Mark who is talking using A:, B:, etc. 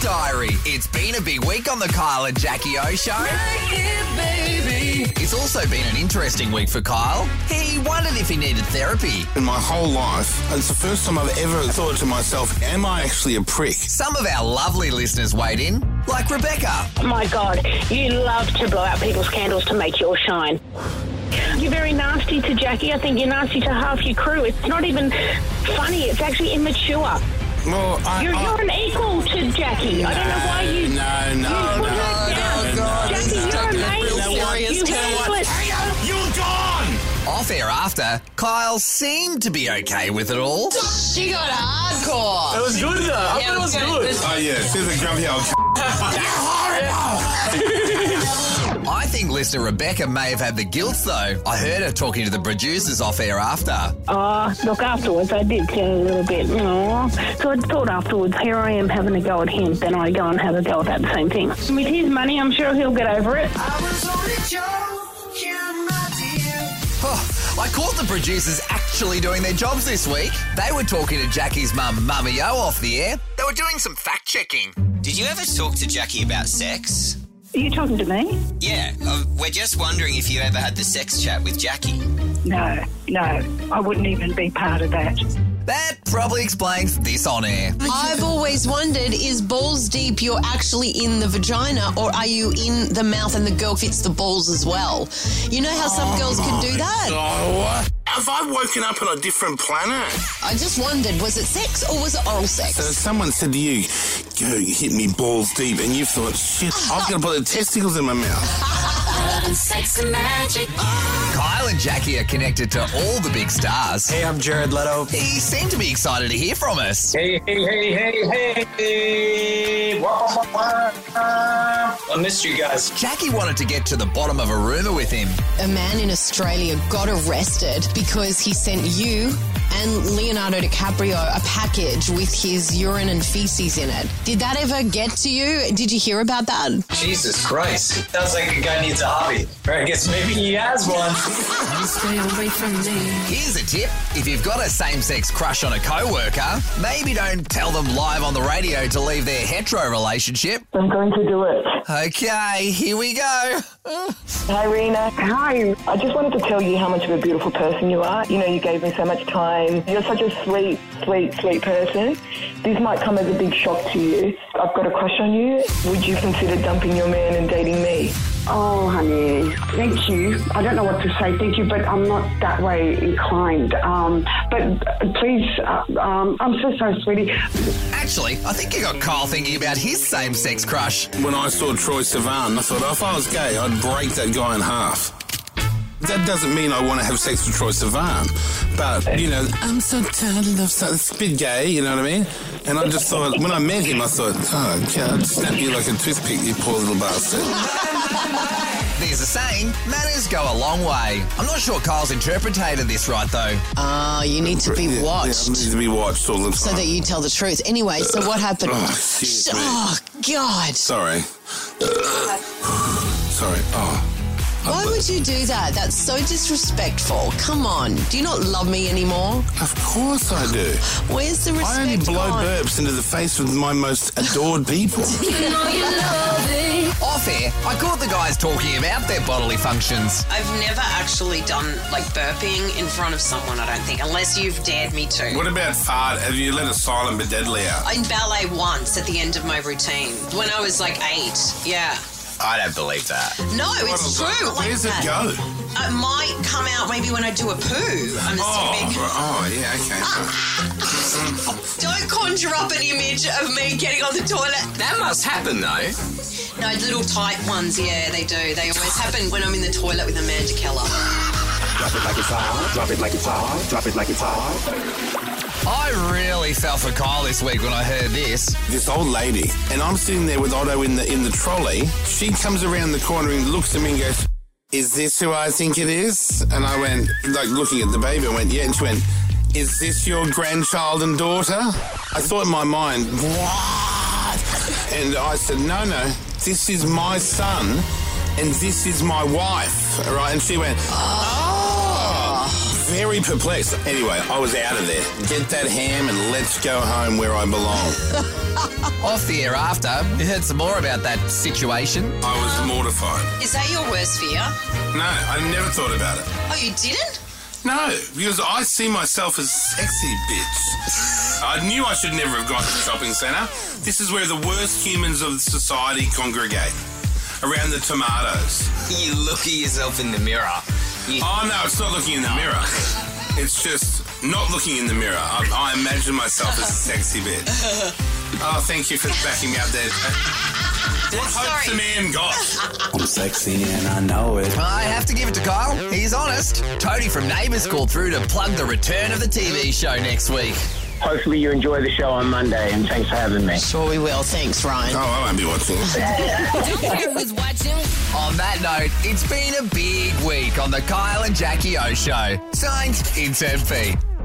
A: diary. It's been a big week on the Kyle and Jackie O show. It's also been an interesting week for Kyle. He wondered if he needed therapy.
B: in my whole life. It's the first time I've ever thought to myself, am I actually a prick?
A: Some of our lovely listeners weighed in, like Rebecca.
C: My God, you love to blow out people's candles to make your shine. You're very nasty to Jackie. I think you're nasty to half your crew. It's not even funny. It's actually immature.
B: Well, I.
C: You're,
B: I-
C: you're an equal to Jackie. I don't know why you.
B: No, no,
C: you
B: no,
C: put her
B: no,
C: down.
B: no,
C: Jackie,
B: no.
C: you're amazing.
D: serious,
C: you
D: Kyle.
C: handle it.
A: Off air after, Kyle seemed to be okay with it all.
D: She got hardcore.
E: It was good though. I thought it was good.
B: Oh, yeah, she's a grumpy old c-
A: I think listener Rebecca may have had the guilt though. I heard her talking to the producers off air after.
C: Oh, look, afterwards I did feel a little bit, oh. So I thought afterwards, here I am having a go at him, then I go and have a go at that same thing. With his money, I'm sure he'll get over it.
A: Oh, I caught the producers actually doing their jobs this week. They were talking to Jackie's mum, Mummy O, off the air. They were doing some fact checking.
F: Did you ever talk to Jackie about sex?
C: Are you talking to me?
F: Yeah, uh, we're just wondering if you ever had the sex chat with Jackie.
G: No, no, I wouldn't even be part of that.
A: That probably explains this on air.
D: I've always wondered is balls deep you're actually in the vagina or are you in the mouth and the girl fits the balls as well? You know how some girls can do that?
B: Oh, what? Have I woken up on a different planet?
D: I just wondered was it sex or was it oral sex?
B: So someone said to you, Yo, you hit me balls deep, and you thought, shit, I'm going to put the testicles in my mouth.
A: Kyle and Jackie are connected to all the big stars.
E: Hey, I'm Jared Leto.
A: He seemed to be excited to hear from us.
H: Hey, hey, hey, hey, hey! Wah, wah, wah, wah. I missed you guys.
A: Jackie wanted to get to the bottom of a rumor with him.
D: A man in Australia got arrested because he sent you and Leonardo DiCaprio a package with his urine and feces in it. Did that ever get to you? Did you hear about that?
H: Jesus Christ. Sounds like a guy needs a hobby. Or I guess maybe he has one.
A: Here's a tip if you've got a same sex crush on a co worker, maybe don't tell them live on the radio to leave their hetero relationship.
G: I'm going to do it.
A: Okay, here we go.
G: Hi, Rena. Hi. I just wanted to tell you how much of a beautiful person you are. You know, you gave me so much time. You're such a sweet, sweet, sweet person. This might come as a big shock to you. I've got a crush on you. Would you consider dumping your man and dating me?
C: Oh, honey, thank you. I don't know what to say, thank you, but I'm not that way inclined. Um, but uh, please, uh, um, I'm so sorry, sweetie.
A: Actually, I think you got Kyle thinking about his same sex crush.
B: When I saw Troy Sivan, I thought, if I was gay, I'd break that guy in half. That doesn't mean I want to have sex with Troy Sivan, but, you know, I'm so tired of so It's a bit gay, you know what I mean? And I just thought, when I met him, I thought, oh, God, snap you like a toothpick, you poor little bastard.
A: There's a saying, manners go a long way. I'm not sure Kyle's interpreted this right though.
D: Ah, you need to
B: Yeah,
D: be
B: yeah,
D: watched.
B: I need to be watched all the time.
D: so that you tell the truth. Anyway, so what happened?
B: Oh, excuse me.
D: Oh, God.
B: Sorry. Sorry. Oh,
D: Why would you do that? That's so disrespectful. Come on. Do you not love me anymore?
B: of course I do.
D: Where's the respect
B: I only blow
D: gone?
B: burps into the face with my most adored people.
A: Off air, I caught the guys talking about their bodily functions.
I: I've never actually done like burping in front of someone, I don't think, unless you've dared me to.
B: what about fart? Have you let a silent but deadly out?
I: In ballet once at the end of my routine when I was like eight. Yeah.
F: I don't believe that.
I: No, it's true. Like
B: Where's
I: that.
B: it go?
I: It might come out maybe when I do a poo. I'm
B: Oh,
I: assuming.
B: oh, yeah, okay.
F: Ah.
I: Don't conjure up an image of me getting on the toilet.
F: That must happen though.
I: No, little tight ones. Yeah, they do. They always happen when I'm in the toilet with Amanda Keller.
A: I really fell for Kyle this week when I heard this.
B: This old lady, and I'm sitting there with Otto in the in the trolley. She comes around the corner and looks at me and goes, "Is this who I think it is?" And I went, like looking at the baby, I went, "Yeah." And she went, "Is this your grandchild and daughter?" I thought in my mind, "What?" And I said, "No, no, this is my son, and this is my wife." All right, and she went, "Oh." Very perplexed. Anyway, I was out of there. Get that ham and let's go home where I belong.
A: Off the air after, we heard some more about that situation.
B: I was mortified.
I: Is that your worst fear?
B: No, I never thought about it.
I: Oh, you didn't?
B: No, because I see myself as sexy bitch. I knew I should never have gone to the shopping centre. This is where the worst humans of society congregate. Around the tomatoes.
F: You look at yourself in the mirror. You-
B: Oh no, it's not looking in the mirror. It's just not looking in the mirror. I, I imagine myself as a sexy bitch. Oh, thank you for backing me up there. What hope's the man got?
E: I'm sexy and I know it.
A: I have to give it to Kyle. He's honest. Tony from Neighbours called through to plug the return of the TV show next week.
J: Hopefully you enjoy the show on Monday, and thanks for having me.
D: Sure, we will. Thanks, Ryan.
B: Oh, I won't be watching.
A: On that note, it's been a big week on the Kyle and Jackie O show. Signed, Intern Pete.